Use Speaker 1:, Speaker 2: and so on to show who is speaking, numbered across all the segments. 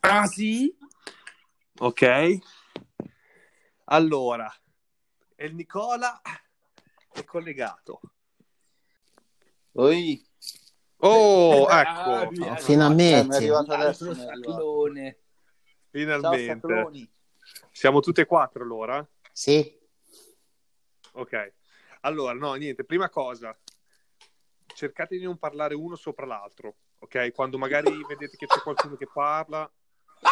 Speaker 1: Ah,
Speaker 2: Casi.
Speaker 3: Ok. Allora, e il Nicola è collegato.
Speaker 4: Oi,
Speaker 3: Oh,
Speaker 2: Bravi,
Speaker 3: ecco,
Speaker 2: eh.
Speaker 4: eh, mi è
Speaker 5: Finalmente.
Speaker 4: arrivato adesso.
Speaker 2: Altro
Speaker 4: mi è arrivato.
Speaker 2: sacchilone.
Speaker 4: Ciao
Speaker 3: finalmente.
Speaker 4: Sacroni.
Speaker 3: Siamo tutte e quattro allora?
Speaker 5: Sì.
Speaker 3: Ok. Allora, no, niente, prima cosa, cercate di non parlare uno sopra l'altro, ok? Quando magari vedete che c'è qualcuno che parla,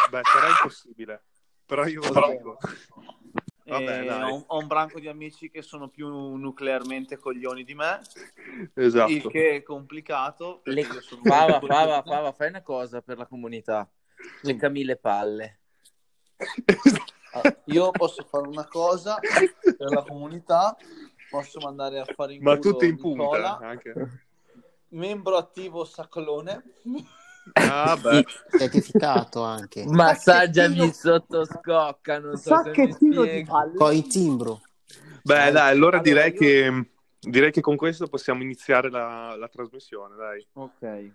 Speaker 3: beh, sarà impossibile. Però io ve lo dico. Vabbè,
Speaker 4: Eh,
Speaker 3: dai.
Speaker 4: ho, ho un branco di amici che sono più nuclearmente coglioni di me, il
Speaker 3: Esatto.
Speaker 4: che è complicato. perché
Speaker 1: Le-
Speaker 4: io sono
Speaker 1: Fava,
Speaker 4: molto
Speaker 1: Fava,
Speaker 4: coglione.
Speaker 1: Fava, fai una cosa per la comunità. Lecca mille palle.
Speaker 4: Ah, Io posso fare una cosa per la comunità, posso mandare a fare in
Speaker 3: Ma
Speaker 4: culo
Speaker 3: tutte in punta.
Speaker 4: Nicola,
Speaker 3: Anche.
Speaker 4: membro attivo Saccolone.
Speaker 3: Ah, beh.
Speaker 5: Certificato anche.
Speaker 1: Massaggiami sotto scocca, non so se mi spiego.
Speaker 5: Coi timbro.
Speaker 3: Beh, dai, allora
Speaker 4: Cioè,
Speaker 3: direi,
Speaker 4: Allora, io-
Speaker 3: che, direi che con questo possiamo iniziare la, la trasmissione, dai.
Speaker 4: Ok,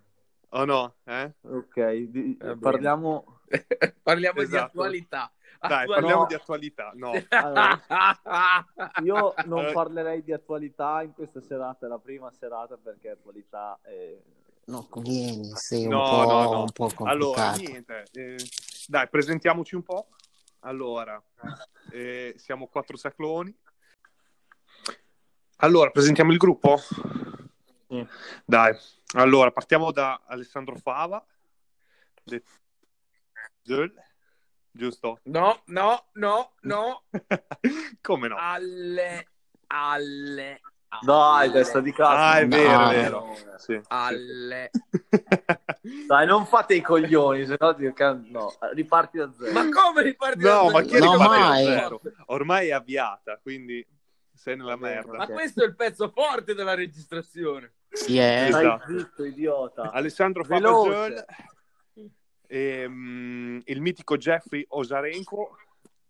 Speaker 3: O no? Eh?
Speaker 4: ok, di-
Speaker 1: Va bene.
Speaker 4: parliamo...
Speaker 1: Parliamo di
Speaker 3: Esatto.
Speaker 1: attualità.
Speaker 3: Dai,
Speaker 1: Attualità.
Speaker 3: parliamo
Speaker 4: Ah, no.
Speaker 3: di attualità. No,
Speaker 4: Allora, io non
Speaker 3: Allora-
Speaker 4: parlerei di attualità in questa serata, è la prima serata perché attualità è...
Speaker 5: No, vieni, sei un,
Speaker 3: No,
Speaker 5: po',
Speaker 3: no, no.
Speaker 5: un po' complicato.
Speaker 3: allora, niente. eh, dai, presentiamoci un po'. Allora, eh, siamo quattro sacloni. Allora, presentiamo il gruppo?
Speaker 4: Sì.
Speaker 3: Dai, allora, partiamo da Alessandro Fava. De- Del- Giusto?
Speaker 1: No, no, no, no.
Speaker 3: Come
Speaker 1: Ah,
Speaker 3: no?
Speaker 1: Alle, alle, alle.
Speaker 4: Dai, testa di cazzo.
Speaker 3: Ah, è
Speaker 5: vero, è
Speaker 3: vero. Sì.
Speaker 1: Alle.
Speaker 4: Dai, non fate i coglioni, se no, ti- no, riparti da zero.
Speaker 1: Ma come riparti
Speaker 3: No,
Speaker 1: da zero?
Speaker 3: ma chi è
Speaker 5: No,
Speaker 3: riparte da
Speaker 5: mai.
Speaker 3: zero? Ormai è avviata, quindi sei nella merda.
Speaker 1: Ma questo è il pezzo forte della registrazione.
Speaker 5: Sì, eh, è
Speaker 4: Stai
Speaker 3: Esatto.
Speaker 4: zitto, idiota.
Speaker 3: Alessandro
Speaker 4: Veloce.
Speaker 3: Fabagel, ehm, il mitico Jeffrey Osarenko,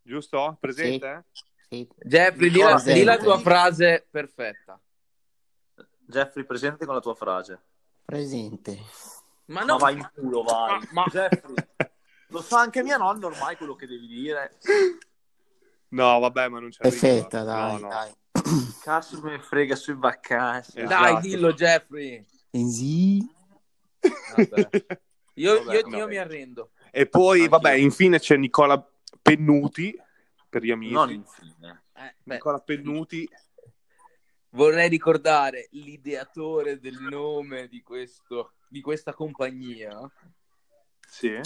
Speaker 3: giusto? Presente?
Speaker 5: sì.
Speaker 1: Jeffrey, di la,
Speaker 5: Presente.
Speaker 1: di la tua frase perfetta.
Speaker 4: Jeffrey, presente con la tua frase.
Speaker 5: presente.
Speaker 1: Ma
Speaker 4: Ma
Speaker 1: no,
Speaker 4: vai in culo, vai.
Speaker 1: Ma- ma-
Speaker 4: Jeffrey, lo sa anche mia nonna ormai quello che devi dire.
Speaker 3: No, vabbè, ma non c'è
Speaker 5: Perfetta, dai, dai.
Speaker 4: Cazzo me ne frega sui vacanze.
Speaker 3: Esatto.
Speaker 1: dai, dillo, Jeffrey.
Speaker 5: Sì.
Speaker 1: Vabbè. Io,
Speaker 4: Vabbè,
Speaker 1: io-
Speaker 4: no.
Speaker 1: io mi arrendo.
Speaker 3: E poi,
Speaker 4: Anch'io.
Speaker 3: vabbè, infine c'è Nicola Pennuti, per gli amici.
Speaker 4: Non infine.
Speaker 1: Eh, beh,
Speaker 3: Nicola Pennuti,
Speaker 1: vorrei ricordare l'ideatore del nome di, questo, di questa compagnia.
Speaker 3: sì.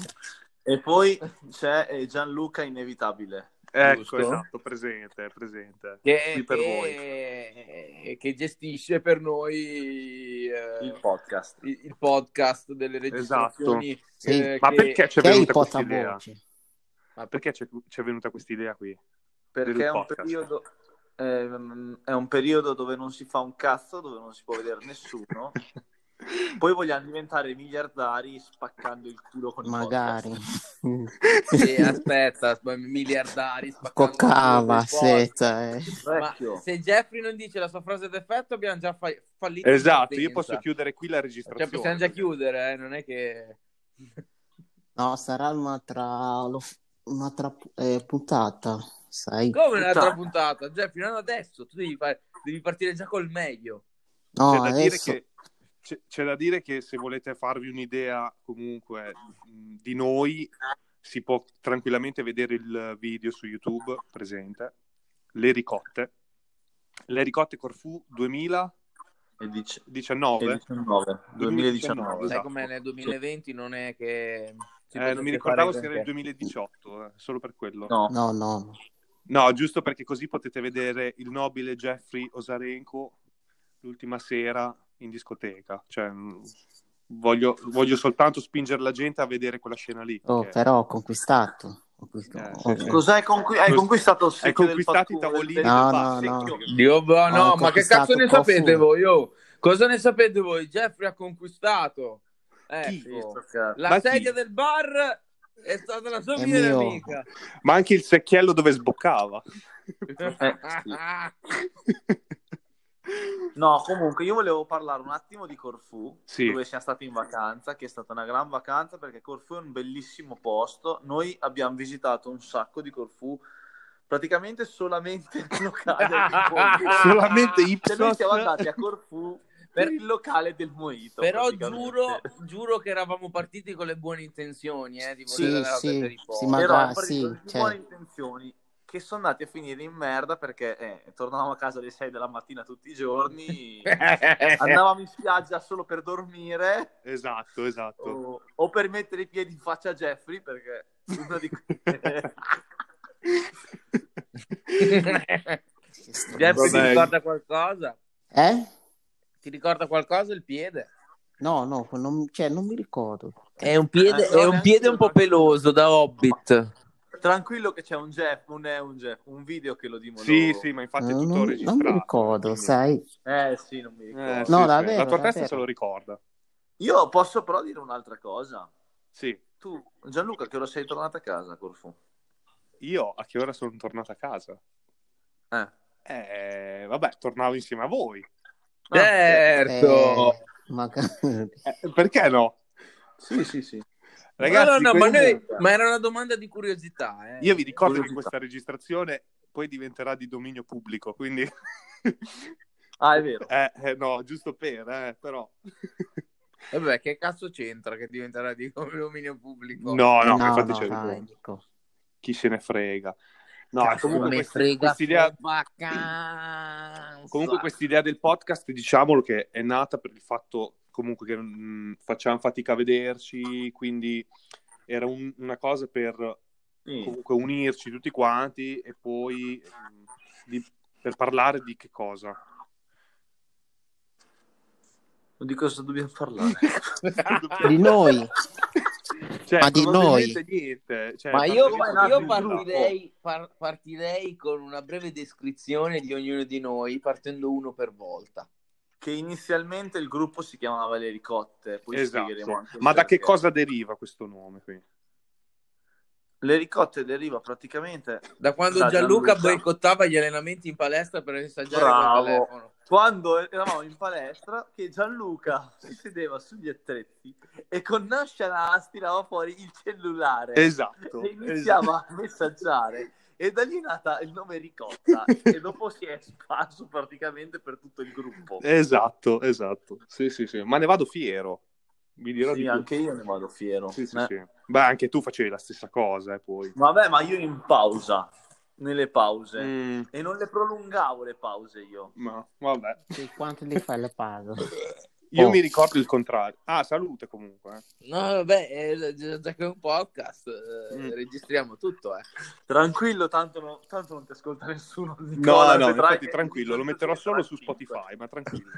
Speaker 4: E poi c'è eh, Gianluca Inevitabile.
Speaker 3: Ecco,
Speaker 1: Giusto.
Speaker 3: esatto, presente, presente.
Speaker 1: Che,
Speaker 3: Qui per
Speaker 1: che- che gestisce per noi eh,
Speaker 4: Il
Speaker 1: il,
Speaker 4: podcast. Esatto.
Speaker 1: il podcast delle registrazioni.
Speaker 5: Sì.
Speaker 1: eh,
Speaker 3: Ma
Speaker 1: che-
Speaker 3: perché c'è
Speaker 5: Che è il
Speaker 3: venuta questa idea?
Speaker 5: portavoce.
Speaker 3: Ma perché c'è, c'è venuta questa idea qui? Del
Speaker 4: Perché è un
Speaker 3: podcast.
Speaker 4: periodo... ehm, È un periodo dove non si fa un cazzo, dove non si può vedere nessuno. Poi vogliamo diventare miliardari spaccando il culo con i
Speaker 5: Magari.
Speaker 4: podcast.
Speaker 1: Sì,
Speaker 3: eh,
Speaker 1: aspetta, sp- miliardari. spaccano
Speaker 5: Coccava,
Speaker 1: il mondo dei
Speaker 5: setta. eh.
Speaker 1: podcast.
Speaker 4: Vecchio.
Speaker 1: Ma se Jeffrey non dice la sua frase d'effetto, abbiamo già fa- fallito. in
Speaker 3: Esatto, io
Speaker 1: partenza.
Speaker 3: posso chiudere qui la
Speaker 1: Cioè,
Speaker 3: registrazione.
Speaker 1: possiamo già chiudere, eh, non è che...
Speaker 5: No, sarà un'altra, lo- un'altra eh, puntata, sai?
Speaker 1: Come un'altra
Speaker 4: Puttana.
Speaker 1: puntata? Cioè, fino ad adesso tu devi, fare- devi partire già col meglio.
Speaker 5: No,
Speaker 3: c'è, da dire
Speaker 5: adesso...
Speaker 3: che, c'è, c'è da dire che se volete farvi un'idea comunque mh, di noi, si può tranquillamente vedere il video su YouTube presente, Le ricotte, Le ricotte Corfu 2019.
Speaker 4: E dice... 2019.
Speaker 3: 2019.
Speaker 1: Sai
Speaker 3: Esatto.
Speaker 1: com'è nel 2020 non è che... si
Speaker 3: Eh, non mi
Speaker 1: potesse
Speaker 3: ricordavo
Speaker 1: fare
Speaker 3: se era il
Speaker 1: perché-
Speaker 3: 2018, eh, solo per quello.
Speaker 4: No.
Speaker 5: No, no,
Speaker 3: No, giusto perché così potete vedere il nobile Jeffrey Osarenko l'ultima sera in discoteca. Cioè, mh, voglio, voglio soltanto spingere la gente a vedere quella scena lì.
Speaker 5: Oh,
Speaker 3: che-
Speaker 5: però ho conquistato. Ho conquist-
Speaker 3: Eh,
Speaker 5: ho-
Speaker 3: sì, sì.
Speaker 4: Cos'hai conqui- hai
Speaker 3: Cos-
Speaker 4: conquistato il
Speaker 3: Hai
Speaker 4: secchio del
Speaker 3: conquistato i
Speaker 4: fattore?
Speaker 3: tavolini
Speaker 5: No,
Speaker 3: del
Speaker 5: no,
Speaker 3: Bassi.
Speaker 5: no.
Speaker 1: Dio, boh, no,
Speaker 5: Ho
Speaker 1: ma che
Speaker 5: conquistato
Speaker 1: cazzo ne
Speaker 5: Corfu.
Speaker 1: sapete voi? oh? Cosa ne sapete voi? Jeffrey ha conquistato.
Speaker 4: Sì,
Speaker 1: Ecco.
Speaker 4: sto cazzo.
Speaker 1: La
Speaker 3: Ma chi?
Speaker 1: sedia del bar è stata la sua
Speaker 5: È
Speaker 1: migliore
Speaker 5: mio.
Speaker 1: amica.
Speaker 3: Ma anche il secchiello dove sboccava.
Speaker 4: Eh, sì. No, comunque io volevo parlare un attimo di Corfù,
Speaker 3: Sì.
Speaker 4: dove siamo stati in vacanza, che è stata una gran vacanza perché Corfù è un bellissimo posto. Noi abbiamo visitato un sacco di Corfù, praticamente solamente il locale del Mojito.
Speaker 3: Solamente
Speaker 4: Cioè, noi
Speaker 3: Ipsos.
Speaker 4: siamo andati a Corfù per il locale del Mojito.
Speaker 1: Però
Speaker 4: praticamente.
Speaker 1: giuro, giuro che eravamo partiti con le buone intenzioni, eh, di
Speaker 5: Sì,
Speaker 1: voler andare a
Speaker 5: sì,
Speaker 1: vedere i
Speaker 5: sì,
Speaker 1: pochi.
Speaker 5: ma-
Speaker 4: Però
Speaker 5: dai,
Speaker 4: hanno partito
Speaker 5: sì,
Speaker 4: con
Speaker 5: cioè-
Speaker 4: buone intenzioni che sono andati a finire in merda perché eh, tornavamo a casa alle 6 della mattina tutti i giorni, andavamo in spiaggia solo per dormire
Speaker 3: Esatto, esatto.
Speaker 4: o, o per mettere i piedi in faccia a Jeffrey perché uno di
Speaker 5: Che stronzo.
Speaker 1: Jeffrey ti
Speaker 3: Vabbè.
Speaker 1: ricorda qualcosa?
Speaker 5: Eh?
Speaker 1: Ti ricorda qualcosa il piede?
Speaker 5: No, no, non, cioè, non mi ricordo.
Speaker 1: È un piede,
Speaker 4: Eh, no,
Speaker 1: è un,
Speaker 4: neanche
Speaker 1: piede
Speaker 4: io,
Speaker 1: un po'
Speaker 4: no.
Speaker 1: peloso da Hobbit.
Speaker 4: Tranquillo che c'è un Jeff, un, eh, un, Jeff, un video che lo dimostra.
Speaker 3: Sì, sì, ma infatti è
Speaker 5: Eh,
Speaker 3: tutto
Speaker 5: non, non
Speaker 3: registrato.
Speaker 5: mi ricordo,
Speaker 3: quindi-
Speaker 5: sai.
Speaker 4: Eh sì, non mi ricordo.
Speaker 3: Eh, sì,
Speaker 5: No,
Speaker 3: sì.
Speaker 5: davvero,
Speaker 3: La tua testa
Speaker 5: davvero.
Speaker 3: se lo ricorda.
Speaker 4: Io posso però dire un'altra cosa.
Speaker 3: Sì.
Speaker 4: Tu, Gianluca, che ora sei tornato a casa, Corfu?
Speaker 3: Io a che ora sono tornato a casa?
Speaker 4: Eh.
Speaker 3: Eh, vabbè, tornavo insieme a voi.
Speaker 4: Ah,
Speaker 1: Certo.
Speaker 5: Eh, magari.
Speaker 3: Eh, perché no?
Speaker 4: Sì, sì, sì.
Speaker 3: Ragazzi,
Speaker 1: No, no, no, ma,
Speaker 3: quindi-
Speaker 1: noi- ma era una domanda di curiosità. eh.
Speaker 3: io vi ricordo che
Speaker 4: Curiosità.
Speaker 3: questa registrazione poi diventerà di dominio pubblico, quindi...
Speaker 4: Ah, è vero.
Speaker 3: Eh, eh, no, giusto per, eh, però...
Speaker 1: Vabbè, che cazzo c'entra che diventerà di dominio pubblico?
Speaker 3: No, no,
Speaker 5: no,
Speaker 3: infatti
Speaker 5: no,
Speaker 3: c'è
Speaker 5: dai, dico.
Speaker 3: chi se ne frega. No,
Speaker 1: Cazzo,
Speaker 3: comunque
Speaker 1: me
Speaker 3: questa-
Speaker 1: frega
Speaker 3: quest'idea-
Speaker 1: sto vacanza.
Speaker 3: Comunque quest'idea del podcast, diciamolo che è nata per il fatto comunque che mh, facciamo fatica a vederci, quindi era un- una cosa per
Speaker 4: Sì.
Speaker 3: comunque unirci tutti quanti e poi mh, di- per parlare di che cosa.
Speaker 4: Di cosa dobbiamo parlare?
Speaker 5: Di noi.
Speaker 3: Cioè,
Speaker 5: Ma di
Speaker 3: probabilmente niente. Cioè,
Speaker 1: Ma io,
Speaker 3: probabilmente
Speaker 1: io
Speaker 3: nulla.
Speaker 1: partirei, par- partirei con una breve descrizione di ognuno di noi, partendo uno per volta.
Speaker 4: che inizialmente il gruppo si chiamava Le Ricotte, poi
Speaker 3: Esatto.
Speaker 4: spiegheremo anche il
Speaker 3: Ma da che
Speaker 4: perché.
Speaker 3: cosa deriva questo nome qui?
Speaker 4: Le Ricotte deriva praticamente
Speaker 1: Da quando
Speaker 4: Da
Speaker 1: Gianluca,
Speaker 4: Gianluca.
Speaker 1: boicottava gli allenamenti in palestra per assaggiare
Speaker 4: Bravo.
Speaker 1: col telefono.
Speaker 4: quando eravamo in palestra che Gianluca si sedeva sugli attrezzi e con Nascianas tirava fuori il cellulare
Speaker 3: Esatto.
Speaker 4: e iniziava a messaggiare e da lì è nata il nome Ricotta e dopo si è sparso praticamente per tutto il gruppo.
Speaker 3: Esatto, esatto. Sì, sì, sì. Ma ne vado fiero. Vi dirò di
Speaker 4: Sì,
Speaker 3: più.
Speaker 4: anche io ne vado fiero.
Speaker 3: Sì, sì,
Speaker 4: Eh.
Speaker 3: sì. Beh, anche tu facevi la stessa cosa, eh, poi.
Speaker 4: Vabbè, ma io in pausa, nelle pause.
Speaker 3: Mm,
Speaker 4: E non le prolungavo le pause io.
Speaker 3: ma vabbè.
Speaker 5: Sì, quanto li fai le pago?
Speaker 3: Io
Speaker 5: Oh.
Speaker 3: mi ricordo il contrario. Ah, salute comunque. eh.
Speaker 1: No, vabbè, eh, gi- già che è un podcast, eh,
Speaker 3: Mm.
Speaker 1: registriamo tutto. eh.
Speaker 4: Tranquillo, tanto, no- tanto non ti ascolta nessuno.
Speaker 3: No,
Speaker 4: Nicola,
Speaker 3: no,
Speaker 4: se tra-
Speaker 3: infatti tranquillo, lo metterò solo su Spotify, ma tranquillo.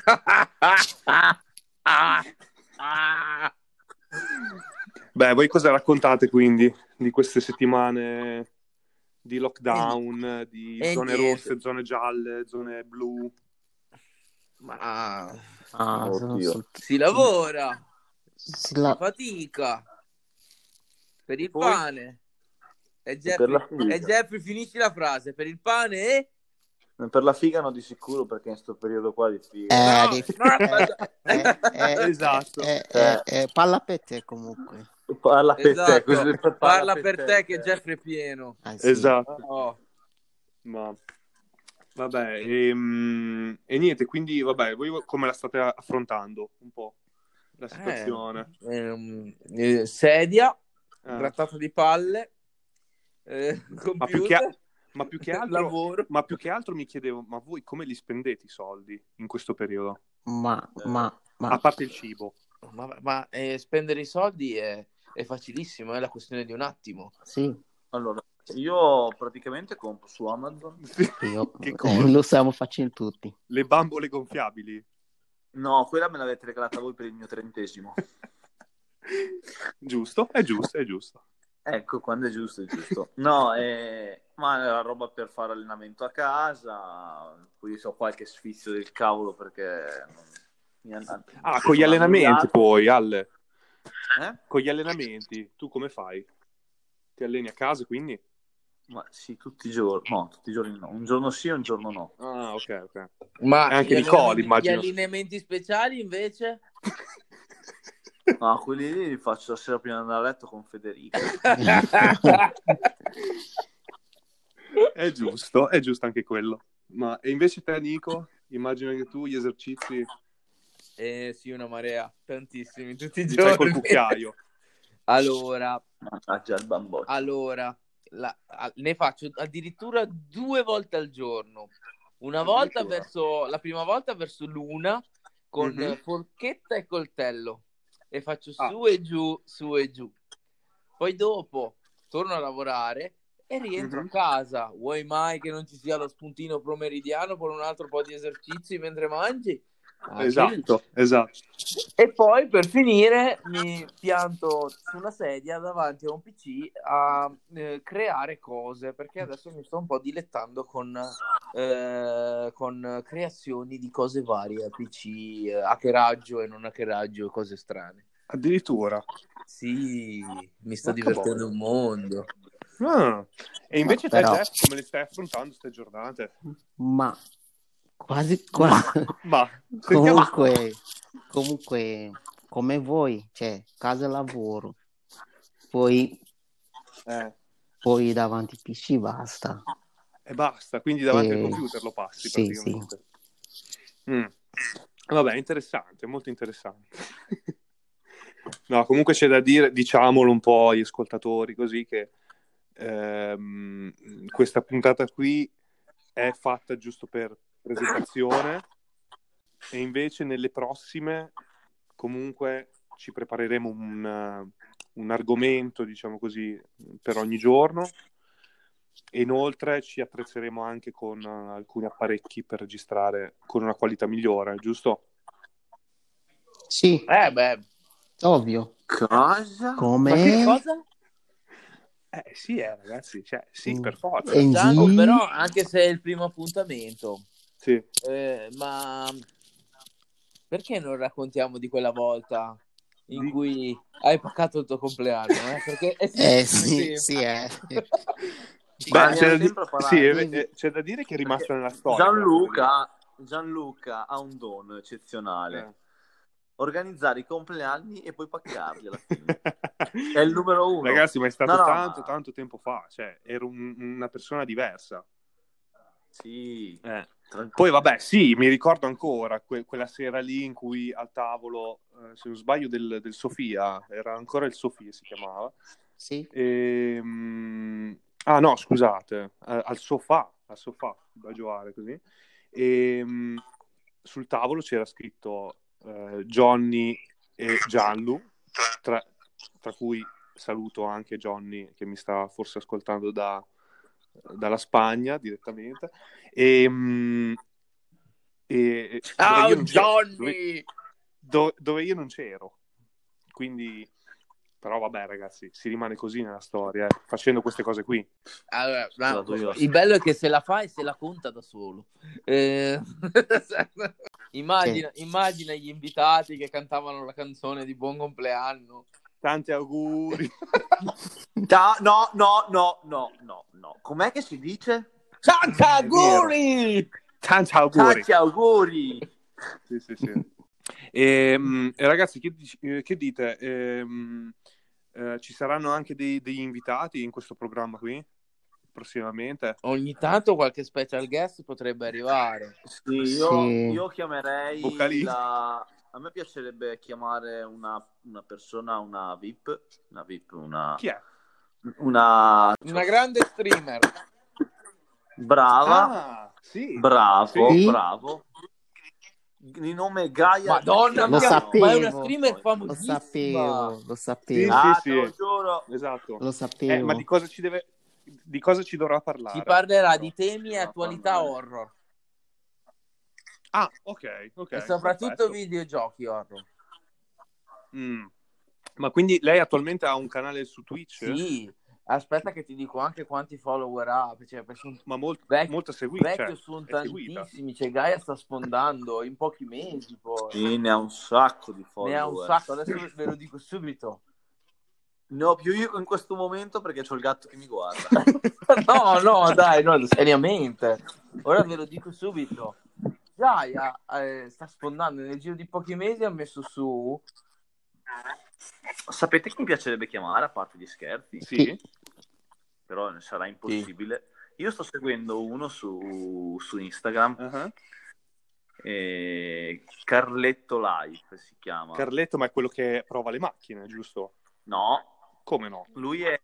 Speaker 3: Beh, voi cosa raccontate quindi di queste settimane di lockdown, di
Speaker 5: eh,
Speaker 1: E
Speaker 3: zone
Speaker 1: niente.
Speaker 3: rosse, zone gialle, zone blu?
Speaker 1: Ma
Speaker 5: Ah, sono
Speaker 4: Oddio.
Speaker 5: sul-
Speaker 1: si lavora,
Speaker 5: si
Speaker 1: si
Speaker 5: la-
Speaker 1: fatica per il
Speaker 4: Poi?
Speaker 1: pane. E Jeffrey,
Speaker 4: per la figa.
Speaker 1: e Eh, Jeffrey, finisci la frase per il pane e
Speaker 4: Per la figa no di sicuro perché in questo periodo qua di figa.
Speaker 5: Eh,
Speaker 1: No,
Speaker 5: di-
Speaker 1: no,
Speaker 5: eh, eh, eh,
Speaker 3: Esatto.
Speaker 5: eh, eh, eh, Palla per te comunque.
Speaker 4: Eh, Parla per
Speaker 1: Esatto.
Speaker 4: te. così-
Speaker 1: parla, per te, che Jeffrey è pieno.
Speaker 5: Ah, sì.
Speaker 3: Esatto.
Speaker 1: Oh,
Speaker 3: Ma vabbè, ehm, e, niente, quindi vabbè, voi come la state affrontando un po'
Speaker 5: Eh.
Speaker 3: la situazione?
Speaker 1: ehm, eh, sedia,
Speaker 3: Eh,
Speaker 1: grattato di palle, eh,
Speaker 3: Ma più che
Speaker 1: computer,
Speaker 3: a- ma più che altro-
Speaker 1: lavoro.
Speaker 3: Ma più che altro mi chiedevo, ma voi come li spendete i soldi in questo periodo?
Speaker 5: Ma, ma, ma,
Speaker 3: A parte il cibo.
Speaker 1: Ma, ma, eh, spendere i soldi è, è facilissimo, è la questione di un attimo.
Speaker 5: sì,
Speaker 4: Allora, io praticamente compro su Amazon.
Speaker 5: io-
Speaker 3: Che cosa?
Speaker 5: lo stiamo facendo tutti.
Speaker 3: Le bambole gonfiabili.
Speaker 4: No, quella me l'avete regalata voi per il mio trentesimo.
Speaker 3: giusto, è giusto, è giusto.
Speaker 4: Ecco, quando è giusto, è giusto. No, eh, ma è la roba per fare allenamento a casa, poi so qualche sfizio del cavolo perché... non- mi hanno-
Speaker 3: Ah, con gli
Speaker 4: sono
Speaker 3: allenamenti
Speaker 4: annullato.
Speaker 3: poi, Al.
Speaker 4: Eh?
Speaker 3: Con gli allenamenti, tu come fai? Ti alleni a casa quindi?
Speaker 4: Ma sì, tutti i giorni. No, tutti i giorni no. Un giorno sì e un giorno no.
Speaker 3: Ah, ok, ok.
Speaker 1: Ma
Speaker 3: E anche
Speaker 1: gli
Speaker 3: di Coli,
Speaker 1: allineamenti-
Speaker 3: immagino.
Speaker 1: Gli allineamenti speciali invece?
Speaker 4: Ma quelli lì li faccio la sera prima di andare a letto con Federico.
Speaker 3: È giusto, è giusto anche quello. Ma e invece te, Nico, immagino che tu gli esercizi
Speaker 1: eh sì, una marea, tantissimi, tutti i
Speaker 3: li
Speaker 1: giorni.
Speaker 3: fai col cucchiaio.
Speaker 1: Allora,
Speaker 3: Ah,
Speaker 4: Mannaggia il bamboccio.
Speaker 1: allora, la- a- ne faccio addirittura due volte al giorno. Una volta
Speaker 4: Addirittura.
Speaker 1: verso, la prima volta verso l'una con
Speaker 3: Mhm.
Speaker 1: eh, forchetta e coltello e faccio
Speaker 3: Ah.
Speaker 1: su e giù, su e giù. Poi dopo torno a lavorare e rientro
Speaker 3: Mhm.
Speaker 1: a casa. Vuoi mai che non ci sia lo spuntino promeridiano con un altro po' di esercizi mentre mangi? Ah, sì.
Speaker 3: Esatto, esatto.
Speaker 1: E poi per finire mi pianto su una sedia davanti a un PC a eh, creare cose perché adesso mi sto un po' dilettando con, eh, con creazioni di cose varie a PC, eh, hackeraggio e non hackeraggio, cose strane.
Speaker 3: Addirittura.
Speaker 1: Sì, mi sto
Speaker 3: Ma che
Speaker 1: divertendo
Speaker 3: boia.
Speaker 1: un mondo.
Speaker 3: Ah, E invece te,
Speaker 5: Però-
Speaker 3: Jeff, come le stai affrontando queste giornate?
Speaker 5: Ma quasi quasi.
Speaker 3: Ma sentiamo...
Speaker 5: Comunque, comunque, come voi, cioè, casa e lavoro, poi,
Speaker 3: Eh,
Speaker 5: poi davanti PC basta.
Speaker 3: e basta, quindi davanti al
Speaker 5: Eh,
Speaker 3: computer lo passi
Speaker 5: sì,
Speaker 3: praticamente. Mm. Vabbè, interessante, molto interessante. no, comunque c'è da dire, diciamolo un po' agli ascoltatori, così che ehm, questa puntata qui è fatta giusto per presentazione e invece nelle prossime comunque ci prepareremo un, eh, un argomento, diciamo così, per ogni giorno e inoltre ci attrezzeremo anche con eh, alcuni apparecchi per registrare con una qualità migliore, giusto?
Speaker 5: Sì,
Speaker 1: Eh beh,
Speaker 5: ovvio. Ah,
Speaker 4: Cosa?
Speaker 1: ma che
Speaker 5: Come?
Speaker 1: cosa?
Speaker 3: Eh sì, eh, ragazzi, cioè, sì,
Speaker 5: Mm.
Speaker 3: per forza.
Speaker 5: Eh,
Speaker 1: Tango,
Speaker 5: Sì.
Speaker 1: oh, però anche se è il primo appuntamento.
Speaker 3: Sì.
Speaker 1: Eh, ma perché non raccontiamo di quella volta in
Speaker 3: Di-
Speaker 1: cui hai paccato il tuo compleanno? eh? Perché è
Speaker 5: Eh
Speaker 1: sempre-
Speaker 5: sì, sì, eh.
Speaker 3: Beh,
Speaker 4: Ma
Speaker 3: c'è, da
Speaker 4: ne
Speaker 3: di-
Speaker 4: sempre parlato.
Speaker 3: sì, eh, eh, c'è da dire che è rimasta nella storia.
Speaker 4: Gianluca, Gianluca ha un dono eccezionale.
Speaker 3: Eh.
Speaker 4: Organizzare i compleanni e poi paccarli alla fine. È il numero uno.
Speaker 3: Ragazzi, ma è stato
Speaker 4: No, no,
Speaker 3: tanto,
Speaker 4: ma-
Speaker 3: tanto tempo fa. Cioè, ero un- una persona diversa.
Speaker 4: Sì,
Speaker 3: Eh.
Speaker 4: tranquillo.
Speaker 3: Poi, vabbè, sì, mi ricordo ancora que- quella sera lì in cui al tavolo, eh, se non sbaglio, del, del Sofia, era ancora il Sofia si chiamava.
Speaker 5: Sì,
Speaker 3: Ehm, Ah, no, scusate, eh, al sofà, al sofà, da giocare così. Ehm, sul tavolo c'era scritto eh, Johnny e Gianlu, tra, tra cui saluto anche Johnny che mi sta forse ascoltando da- dalla Spagna direttamente. Ehm, E, e- dove
Speaker 1: Ciao
Speaker 3: io non c'ero- dove-
Speaker 1: Ah, oh, Johnny!
Speaker 3: do- dove io non c'ero. Quindi, però vabbè ragazzi, si rimane così nella storia, eh, facendo queste cose qui.
Speaker 1: Allora, ma-
Speaker 4: Vado io.
Speaker 1: il bello è che se la fa e se la conta da solo. Eh, immagina, immagina gli invitati che cantavano la canzone di Buon compleanno.
Speaker 3: Tanti auguri.
Speaker 4: Da- no, no, no, no, no, no. Com'è che si dice?
Speaker 1: Tanti auguri!
Speaker 3: Tanti auguri.
Speaker 4: Tanti auguri!
Speaker 3: Sì, sì, sì. Ehm, E, ragazzi, che, dici- eh, che dite? Ehm, eh, ci saranno anche dei- degli invitati in questo programma qui? Prossimamente?
Speaker 1: Ogni tanto qualche special guest potrebbe arrivare.
Speaker 4: Sì, io,
Speaker 5: Sì.
Speaker 4: io chiamerei
Speaker 3: Vocali.
Speaker 4: la- A me piacerebbe chiamare una, una persona, una VIP, una VIP, una...
Speaker 3: Chi è?
Speaker 4: una...
Speaker 1: Una grande streamer.
Speaker 4: Brava,
Speaker 3: Ah, sì.
Speaker 4: bravo,
Speaker 5: Sì.
Speaker 4: bravo. Il nome è Gaia.
Speaker 1: Madonna
Speaker 5: Lo
Speaker 1: mia,
Speaker 5: sapevo.
Speaker 1: ma è una streamer
Speaker 5: lo
Speaker 1: famosissima.
Speaker 5: sapevo, lo
Speaker 3: Sì,
Speaker 5: sapevo,
Speaker 4: Ah,
Speaker 3: sì,
Speaker 4: te lo
Speaker 3: sì.
Speaker 4: giuro.
Speaker 3: Esatto.
Speaker 5: lo
Speaker 3: Eh, ma
Speaker 5: sapevo.
Speaker 3: di cosa ci deve... Di cosa ci dovrà parlare? Cioè,
Speaker 1: Si parlerà di temi e attualità
Speaker 4: Madonna.
Speaker 1: horror
Speaker 3: Ah, ok, ok.
Speaker 1: e soprattutto
Speaker 3: perfetto.
Speaker 1: videogiochi horror.
Speaker 3: Mm. Ma quindi lei attualmente ha un canale su Twitch?
Speaker 1: Sì, aspetta che ti dico anche quanti follower ha, cioè, perché sono
Speaker 3: Ma molto,
Speaker 1: Vecchio-
Speaker 3: molto seguita.
Speaker 1: vecchio
Speaker 3: cioè,
Speaker 1: sono
Speaker 3: è seguita.
Speaker 1: tantissimi, cioè Gaia sta sfondando in pochi mesi poi.
Speaker 4: Sì, ne ha un sacco di follower.
Speaker 1: Ne ha un sacco, adesso ve lo dico subito.
Speaker 4: Ne ho più io in questo momento perché c'ho il gatto che mi guarda.
Speaker 1: No, no, dai, no, seriamente. Ora ve lo dico subito. Gaia eh, sta sfondando nel giro di pochi mesi ha messo su
Speaker 4: Sapete chi mi piacerebbe chiamare, a parte gli scherzi?
Speaker 3: Sì.
Speaker 4: Però sarà impossibile. Io sto seguendo uno su, su Instagram,
Speaker 3: Ah.
Speaker 4: eh, Carletto Life si chiama.
Speaker 3: Carletto, ma è quello che prova le macchine, giusto?
Speaker 4: no,
Speaker 3: Come no?
Speaker 4: lui è...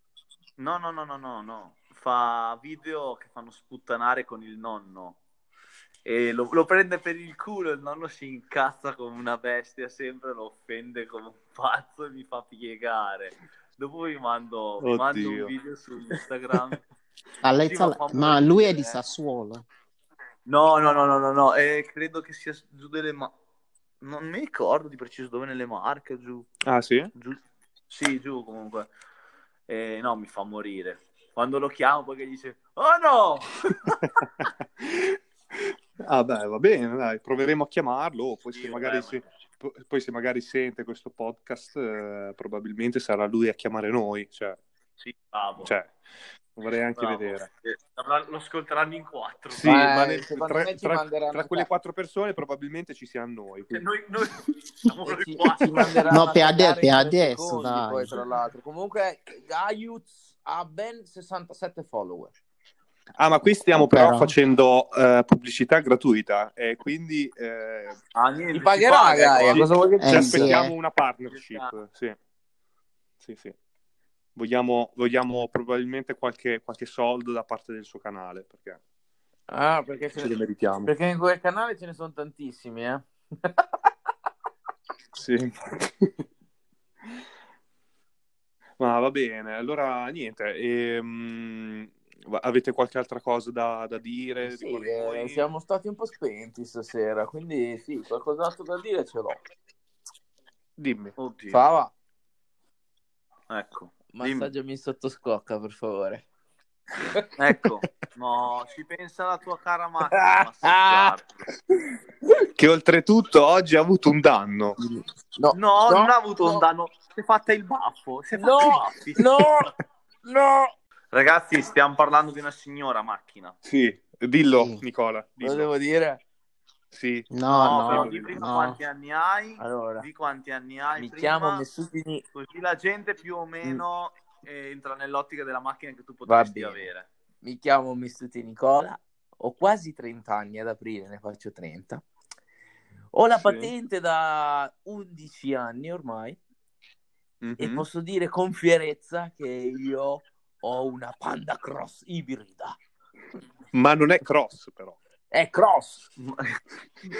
Speaker 4: No, no, no, no, no, no. Fa video che fanno sputtanare con il nonno. E lo, lo prende per il culo, il nonno si incazza come una bestia sempre, lo offende come un pazzo e mi fa piegare. Dopo vi mando, vi mando un
Speaker 3: Oddio.
Speaker 4: video su Instagram
Speaker 5: Allezza-
Speaker 4: Sì, ma fa
Speaker 5: ma lui è
Speaker 4: morire,
Speaker 5: di
Speaker 4: eh.
Speaker 5: Sassuolo.
Speaker 4: No, no, no, no, no, no. eh, credo che sia giù delle ma... Non mi ricordo di preciso dove nelle Marche, giù.
Speaker 3: Ah, sì?
Speaker 4: giù... Sì, giù comunque. Eh, no, mi fa morire. Quando lo chiamo poi che dice, oh no!
Speaker 3: ah, beh, va bene, dai, proveremo a chiamarlo. Poi se,
Speaker 4: Io, eh,
Speaker 3: magari,
Speaker 4: beh,
Speaker 3: se- po- poi se magari sente questo podcast, eh, probabilmente sarà lui a chiamare noi. Cioè,
Speaker 4: Sì, bravo.
Speaker 3: cioè, vorrei anche
Speaker 4: bravo.
Speaker 3: vedere.
Speaker 4: Eh, avrà- Lo ascolteranno in quattro. Eh,
Speaker 3: Sì,
Speaker 1: Beh,
Speaker 3: ma nel-
Speaker 1: eh, secondo
Speaker 3: tra,
Speaker 1: me ci
Speaker 3: tra-
Speaker 1: manderanno
Speaker 3: tra quelle
Speaker 1: qua.
Speaker 3: quattro persone probabilmente ci siamo noi.
Speaker 4: Cioè,
Speaker 3: quindi-
Speaker 4: noi, noi siamo
Speaker 1: e
Speaker 4: noi
Speaker 1: ci,
Speaker 4: quattro.
Speaker 1: ci manderanno
Speaker 5: No,
Speaker 1: a
Speaker 5: per
Speaker 1: cagare
Speaker 5: ade- per
Speaker 1: in tre
Speaker 5: adesso,
Speaker 1: secondi,
Speaker 5: dai.
Speaker 1: poi, tra l'altro. Comunque Gaius ha ben 67 follower.
Speaker 3: Ah, ma qui stiamo però,
Speaker 5: Però.
Speaker 3: facendo eh, pubblicità gratuita e quindi eh,
Speaker 4: Ah, niente,
Speaker 1: Li
Speaker 4: si
Speaker 1: pagherà
Speaker 4: paga,
Speaker 1: Gaia,
Speaker 4: ecco.
Speaker 1: cosa vuoi che
Speaker 3: ci
Speaker 5: Eh,
Speaker 1: dica?
Speaker 5: sì,
Speaker 3: aspettiamo
Speaker 5: eh.
Speaker 3: una partnership. Sì, sì, sì. Vogliamo, vogliamo probabilmente qualche, qualche soldo da parte del suo canale perché
Speaker 1: Ah, perché, ce
Speaker 3: ce
Speaker 1: ne-
Speaker 3: li meritiamo.
Speaker 1: perché in quel canale ce ne sono tantissimi, eh.
Speaker 3: Sì. Ma va bene, allora niente. ehm, va- avete qualche altra cosa da, da dire?
Speaker 1: Sì,
Speaker 3: Ricordo
Speaker 1: eh,
Speaker 3: voi.
Speaker 1: siamo stati un po' spenti stasera, quindi sì, qualcos'altro da dire ce l'ho.
Speaker 3: Dimmi.
Speaker 4: Oddio,
Speaker 1: Fava,
Speaker 4: ecco.
Speaker 1: massaggiami sotto scocca, per favore.
Speaker 4: Ecco, no, ci pensa la tua cara macchina a massaggiarti.
Speaker 3: Che oltretutto oggi ha avuto un danno.
Speaker 1: No,
Speaker 4: No,
Speaker 1: no,
Speaker 4: non ha avuto
Speaker 1: no.
Speaker 4: un danno. Si è fatta il baffo. Si è fatta
Speaker 1: No,
Speaker 4: i baffi.
Speaker 1: no, no.
Speaker 4: Ragazzi, stiamo parlando di una signora macchina.
Speaker 3: Sì, dillo
Speaker 5: Sì.
Speaker 3: Nicola.
Speaker 1: Lo
Speaker 3: dillo.
Speaker 1: devo dire?
Speaker 3: Sì.
Speaker 5: No,
Speaker 4: però
Speaker 5: no,
Speaker 4: di prima
Speaker 5: no.
Speaker 4: quanti anni hai?
Speaker 1: Allora,
Speaker 4: Di quanti anni hai?
Speaker 1: mi
Speaker 4: prima,
Speaker 1: chiamo Mm. Messutini.
Speaker 4: Così la gente più o meno eh, entra nell'ottica della macchina che tu potresti
Speaker 1: bene.
Speaker 4: avere.
Speaker 1: Mi chiamo Messuti Nicola, ho quasi 30 anni, ad aprile ne faccio 30. Ho la
Speaker 3: Sì.
Speaker 1: patente da 11 anni ormai e
Speaker 3: Mhm.
Speaker 1: posso dire con fierezza che io ho una Panda Cross ibrida.
Speaker 3: Ma non è cross, però.
Speaker 1: È cross.
Speaker 5: Sì,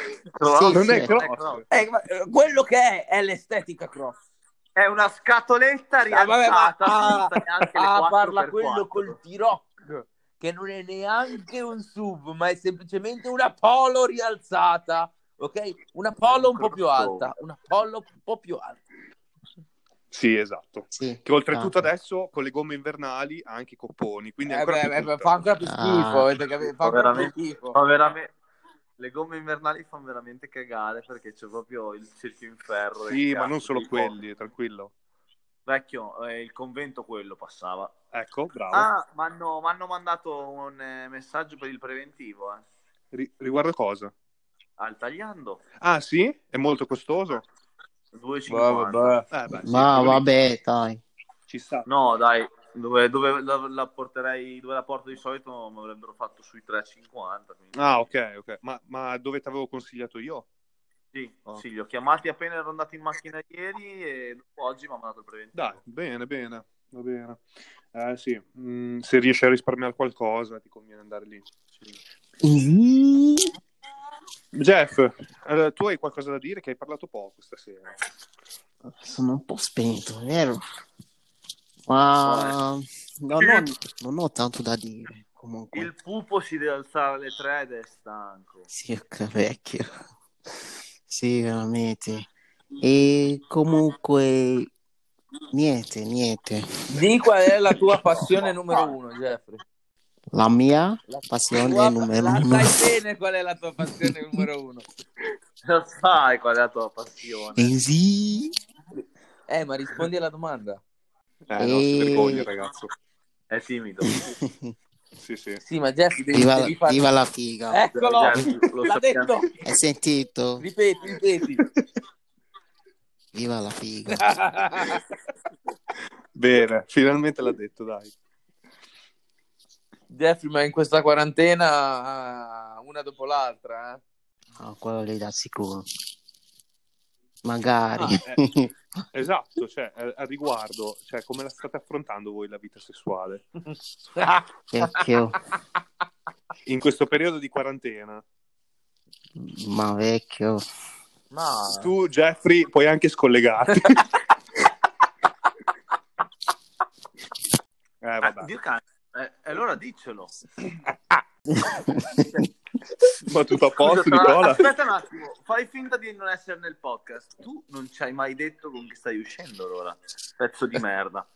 Speaker 3: non
Speaker 5: sì.
Speaker 4: Ecco,
Speaker 3: è cross.
Speaker 1: Eh, ma, eh, quello che è è l'estetica cross.
Speaker 4: È una scatoletta
Speaker 1: Ah, vabbè, ma-
Speaker 4: rialzata.
Speaker 1: ah,
Speaker 4: senza neanche le
Speaker 1: ah,
Speaker 4: 4x4.
Speaker 1: parla quello col T-Rock che non è neanche un sub, ma è semplicemente una polo rialzata. Ok? Una polo un po' più alta, una polo un po' più alta.
Speaker 3: Sì, esatto.
Speaker 5: Sì.
Speaker 3: Che oltretutto
Speaker 5: Ah.
Speaker 3: adesso con le gomme invernali ha anche i copponi, quindi
Speaker 1: Eh,
Speaker 3: ancora
Speaker 1: beh,
Speaker 3: più
Speaker 1: beh,
Speaker 3: tutta.
Speaker 1: fa ancora più schifo,
Speaker 5: Ah.
Speaker 1: avete capito? Fa ancora più schifo.
Speaker 4: Fa veramente- Le gomme invernali fanno veramente cagare perché c'è proprio il cerchio in ferro. e
Speaker 3: Sì,
Speaker 4: il
Speaker 3: ma
Speaker 4: cazzo
Speaker 3: non solo
Speaker 4: di
Speaker 3: quelli, tranquillo.
Speaker 4: Vecchio, eh, il convento quello passava.
Speaker 3: Ecco, bravo.
Speaker 4: Ah, mi hanno mandato un eh, messaggio per il preventivo. Eh.
Speaker 3: Ri- riguardo cosa?
Speaker 4: Al tagliando.
Speaker 3: Ah, sì? È molto costoso?
Speaker 1: Boh,
Speaker 4: 2,50.
Speaker 3: Eh, beh, sì,
Speaker 5: Ma
Speaker 3: quello lì
Speaker 5: vabbè, dai.
Speaker 3: Ci sta.
Speaker 4: No, dai, dove, dove la, la porterei, dove la porto di solito mi avrebbero fatto sui 3,50. Quindi...
Speaker 3: Ah, ok, ok. Ma, ma dove ti avevo consigliato io?
Speaker 4: Sì,
Speaker 3: Oh.
Speaker 4: sì, li ho chiamati appena ero andato in macchina ieri e dopo oggi mi ha mandato il preventivo.
Speaker 3: Dai, bene, bene, va bene. Eh, sì, mm, se riesci a risparmiare qualcosa ti conviene andare lì.
Speaker 5: Sì.
Speaker 3: Jeff, allora, tu hai qualcosa da dire che hai parlato poco stasera.
Speaker 5: Sono un po' spento, vero? Ma non ho, non ho tanto da dire. Comunque,
Speaker 4: Il pupo si deve alzare alle 3 ed è stanco.
Speaker 5: sì, che vecchio. Sì, veramente. E comunque, niente, niente.
Speaker 1: Di qual è la tua passione numero uno, Jeffrey?
Speaker 5: La mia
Speaker 1: La
Speaker 5: passione
Speaker 1: tua-
Speaker 5: numero
Speaker 1: la
Speaker 5: uno.
Speaker 1: sai bene qual è la tua passione numero uno.
Speaker 4: Lo sai qual è la tua passione.
Speaker 5: Eh sì.
Speaker 1: Eh, ma rispondi alla domanda.
Speaker 3: Eh, no, si
Speaker 5: E-
Speaker 3: vergogna il ragazzo.
Speaker 4: È timido. Cioè,
Speaker 3: Sì, sì.
Speaker 1: Sì, ma Jesse devi,
Speaker 5: Viva,
Speaker 1: devi fare-
Speaker 5: viva la figa.
Speaker 1: Eccolo!
Speaker 4: Jesse, lo
Speaker 1: L'ha
Speaker 4: sappiamo.
Speaker 1: detto!
Speaker 4: Eh,
Speaker 5: Hai sentito?
Speaker 1: Ripeti, ripeti.
Speaker 5: Viva la figa.
Speaker 3: Bene, finalmente l'ha detto, dai.
Speaker 1: Jeffrey, ma in questa quarantena ah, una dopo l'altra, eh?
Speaker 5: No, Ah, quello lì da sicuro. Magari.
Speaker 3: Ah, Esatto, cioè, a a riguardo, cioè, come la state affrontando voi la vita sessuale?
Speaker 5: Vecchio.
Speaker 3: In questo periodo di quarantena,
Speaker 5: Ma vecchio.
Speaker 1: Ma...
Speaker 3: tu, Jeffrey, puoi anche scollegarti. Eh,
Speaker 4: Ah,
Speaker 3: vabbè.
Speaker 4: Dio can- eh, allora diccelo.
Speaker 3: Ma tutto a posto,
Speaker 4: Scusa, tra-
Speaker 3: Nicola?
Speaker 4: Aspetta un attimo, fai finta di non essere nel podcast. Tu non ci hai mai detto con chi stai uscendo allora. Pezzo di merda.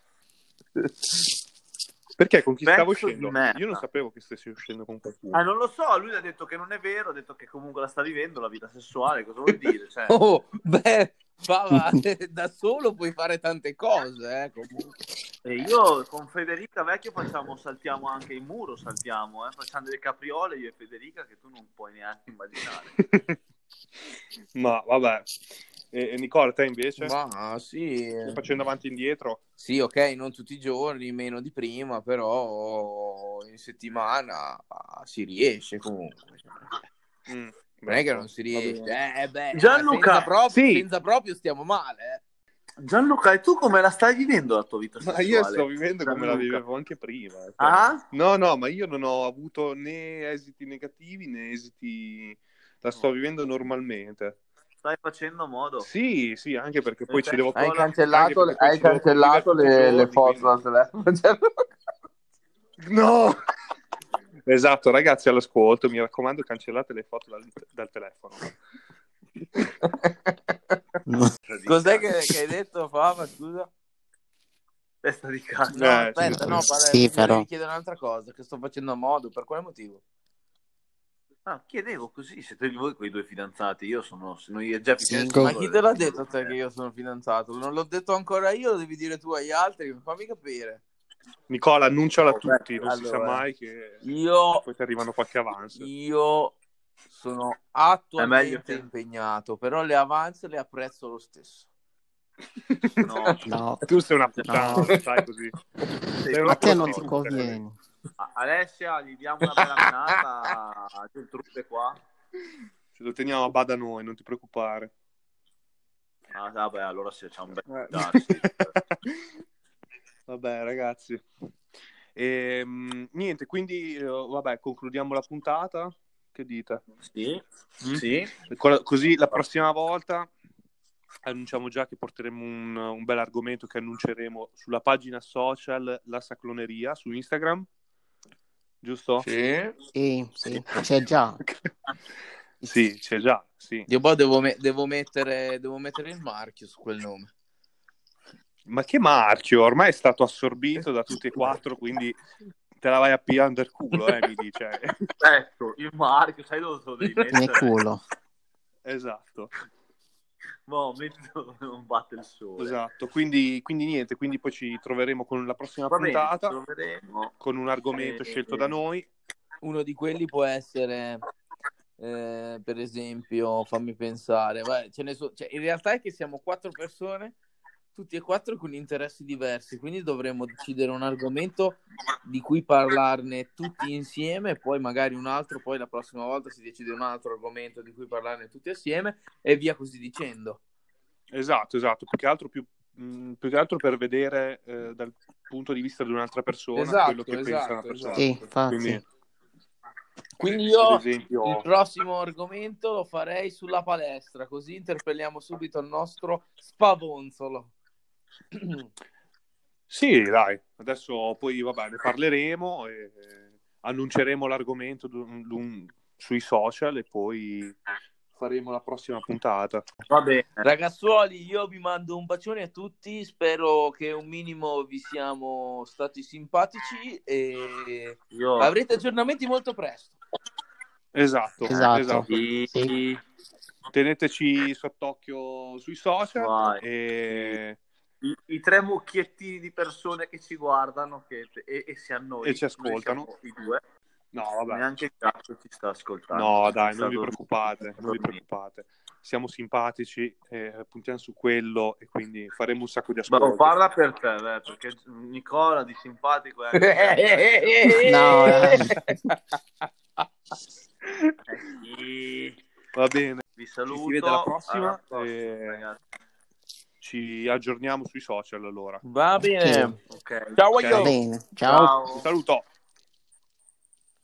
Speaker 3: Perché con chi stavo
Speaker 4: Pezzo di
Speaker 3: uscendo?
Speaker 4: merda.
Speaker 3: Io non sapevo che stessi uscendo con qualcuno.
Speaker 4: Ah, non lo so, lui ha detto che non è vero, ha detto che comunque la sta vivendo la vita sessuale, cosa vuol dire? Cioè,
Speaker 1: Oh, beh, va, va, da solo puoi fare tante cose, eh, comunque.
Speaker 4: e io con Federica Vecchio facciamo, saltiamo anche il muro, saltiamo, eh, facciamo delle capriole io e Federica che tu non puoi neanche immaginare.
Speaker 3: Ma vabbè. E, e Nicola, te invece?
Speaker 1: Ma sì,
Speaker 3: Stai facendo avanti e indietro?
Speaker 1: sì, ok, non tutti i giorni, meno di prima, però in settimana ah, si riesce comunque.
Speaker 3: Mm.
Speaker 1: Non è che non si
Speaker 3: Va
Speaker 1: riesce.
Speaker 3: bene.
Speaker 1: Eh, beh,
Speaker 4: Gianluca,
Speaker 1: senza proprio,
Speaker 3: sì.
Speaker 1: senza proprio stiamo male. eh.
Speaker 4: Gianluca, e tu come la stai vivendo la tua vita
Speaker 3: Ma
Speaker 4: sessuale?
Speaker 3: io sto vivendo come la
Speaker 4: Gianluca.
Speaker 3: vivevo anche prima. cioè.
Speaker 4: Ah?
Speaker 3: No, no, ma io non ho avuto né esiti negativi né esiti... La sto vivendo normalmente.
Speaker 4: Stai facendo modo.
Speaker 3: Sì, sì, anche perché poi
Speaker 4: Cioè,
Speaker 3: ci devo...
Speaker 1: eh. Hai
Speaker 4: Nicola,
Speaker 1: cancellato,
Speaker 3: anche perché
Speaker 1: hai
Speaker 3: ci devo
Speaker 1: cancellato le,
Speaker 3: convivere
Speaker 1: le
Speaker 3: tutti i
Speaker 1: foto
Speaker 3: giorni,
Speaker 1: dal telefono. Gianluca.
Speaker 3: No! Esatto, ragazzi, all'ascolto, mi raccomando, cancellate le foto dal, dal telefono.
Speaker 1: Cos'è che, che hai detto, Fava? Scusa.
Speaker 4: Testa di cazzo.
Speaker 1: No,
Speaker 3: Eh,
Speaker 1: aspetta,
Speaker 3: sì.
Speaker 1: no,
Speaker 5: Sì,
Speaker 1: pare,
Speaker 5: però.
Speaker 1: mi chiedere un'altra cosa, che sto facendo a modo, per quale motivo?
Speaker 4: Ah, chiedevo così, siete voi quei due fidanzati, io sono, sono io e Jeff.
Speaker 5: Single.
Speaker 1: Ma chi te l'ha detto a te che io sono fidanzato? Non l'ho detto ancora io, lo devi dire tu agli altri, fammi capire.
Speaker 3: Nicola, annunciala a
Speaker 1: Oh,
Speaker 3: tutti,
Speaker 1: beh,
Speaker 3: non si sa
Speaker 1: allora.
Speaker 3: mai che
Speaker 1: Io,
Speaker 3: poi ti arrivano qualche avance.
Speaker 1: io sono
Speaker 4: È meglio
Speaker 1: attualmente
Speaker 4: che-
Speaker 1: impegnato, però le avance le apprezzo lo stesso.
Speaker 4: No,
Speaker 5: No.
Speaker 3: Tu sei una puttana,
Speaker 5: No.
Speaker 3: lo sai così.
Speaker 4: sei
Speaker 3: Ma
Speaker 5: A
Speaker 4: proprio
Speaker 5: te non ti
Speaker 4: no.
Speaker 5: conviene.
Speaker 4: Alessia, gli diamo una bella menata a Geltrude qua.
Speaker 3: Ce lo teniamo a bada noi, non ti preoccupare.
Speaker 4: Ah, vabbè, allora sì, c'è un
Speaker 3: Eh.
Speaker 4: bel da, Eh, sì.
Speaker 3: vabbè, ragazzi. Ehm, niente, quindi eh, vabbè, concludiamo la puntata. Che dite?
Speaker 4: Sì,
Speaker 3: Mm?
Speaker 4: sì.
Speaker 3: Co- Così la prossima volta annunciamo già che porteremo un, un bel argomento che annunceremo sulla pagina social La Sacloneria su Instagram. Giusto?
Speaker 1: Sì.
Speaker 5: Sì, sì, c'è già.
Speaker 3: Sì, c'è già, sì.
Speaker 1: Io poi devo, me- devo mettere, devo mettere il marchio su quel nome.
Speaker 3: Ma che marchio, ormai è stato assorbito da tutti e quattro, quindi te la vai a pigliare under culo, eh, mi dice.
Speaker 4: Ecco, il marchio, sai dove te lo devi
Speaker 5: Nel
Speaker 4: mettere?
Speaker 5: culo.
Speaker 3: esatto,
Speaker 4: No, metti dove non batte il sole.
Speaker 3: esatto. Quindi, quindi niente, quindi poi ci troveremo con la prossima
Speaker 4: Va bene, ci
Speaker 3: puntata,
Speaker 4: troveremo.
Speaker 3: con un argomento
Speaker 4: Eh,
Speaker 3: scelto da noi.
Speaker 1: Uno di quelli può essere, eh, per esempio, fammi pensare, vai, ce ne so- cioè, in realtà è che siamo quattro persone, tutti e quattro con interessi diversi, quindi dovremmo decidere un argomento di cui parlarne tutti insieme, poi magari un altro, poi la prossima volta si decide un altro argomento di cui parlarne tutti assieme e via così dicendo.
Speaker 3: Esatto, esatto, più che altro, più, mh, più che altro per vedere eh, dal punto di vista di un'altra persona
Speaker 1: Esatto,
Speaker 3: quello che pensa una
Speaker 1: esatto,
Speaker 3: persona.
Speaker 1: esatto.
Speaker 5: Sì, infatti.
Speaker 3: Quindi,
Speaker 1: Quindi io
Speaker 3: ad esempio,
Speaker 1: il prossimo argomento lo farei sulla palestra, così interpelliamo subito il nostro spavonzolo.
Speaker 3: Sì, dai, adesso poi vabbè, ne parleremo e e annunceremo l'argomento d'un- d'un- sui social e poi faremo la prossima puntata.
Speaker 4: Va bene.
Speaker 1: Ragazzuoli, io vi mando un bacione a tutti, spero che un minimo vi siamo stati simpatici e
Speaker 4: Io...
Speaker 1: avrete aggiornamenti molto presto.
Speaker 3: Esatto,
Speaker 5: Esatto.
Speaker 4: Sì,
Speaker 5: Sì.
Speaker 3: Teneteci sott'occhio sui social
Speaker 4: Vai.
Speaker 3: e
Speaker 4: Il, il i tre mucchiettini di persone che ci guardano che- e, e siamo noi.
Speaker 3: E ci ascoltano.
Speaker 4: Noi siamo I due.
Speaker 3: No, vabbè.
Speaker 4: Neanche il cazzo ci sta ascoltando.
Speaker 3: No,
Speaker 4: Ci
Speaker 3: dai,
Speaker 4: sta
Speaker 3: non vi
Speaker 4: dormendo.
Speaker 3: preoccupate, non vi preoccupate. Siamo simpatici, eh, puntiamo su quello e quindi faremo un sacco di
Speaker 4: Ma
Speaker 3: ascolti.
Speaker 4: non parla per te, beh, perché Nicola di simpatico è...
Speaker 5: No,
Speaker 4: Eh sì.
Speaker 3: Va bene,
Speaker 4: Vi saluto.
Speaker 3: Ci si vede alla prossima,
Speaker 4: Alla prossima,
Speaker 3: e-
Speaker 4: ragazzi.
Speaker 3: ci aggiorniamo sui social allora.
Speaker 1: Va bene.
Speaker 4: Ok.
Speaker 1: Ciao,
Speaker 3: Ok.
Speaker 1: io.
Speaker 5: Va bene, ciao.
Speaker 4: Ciao.
Speaker 3: Un saluto.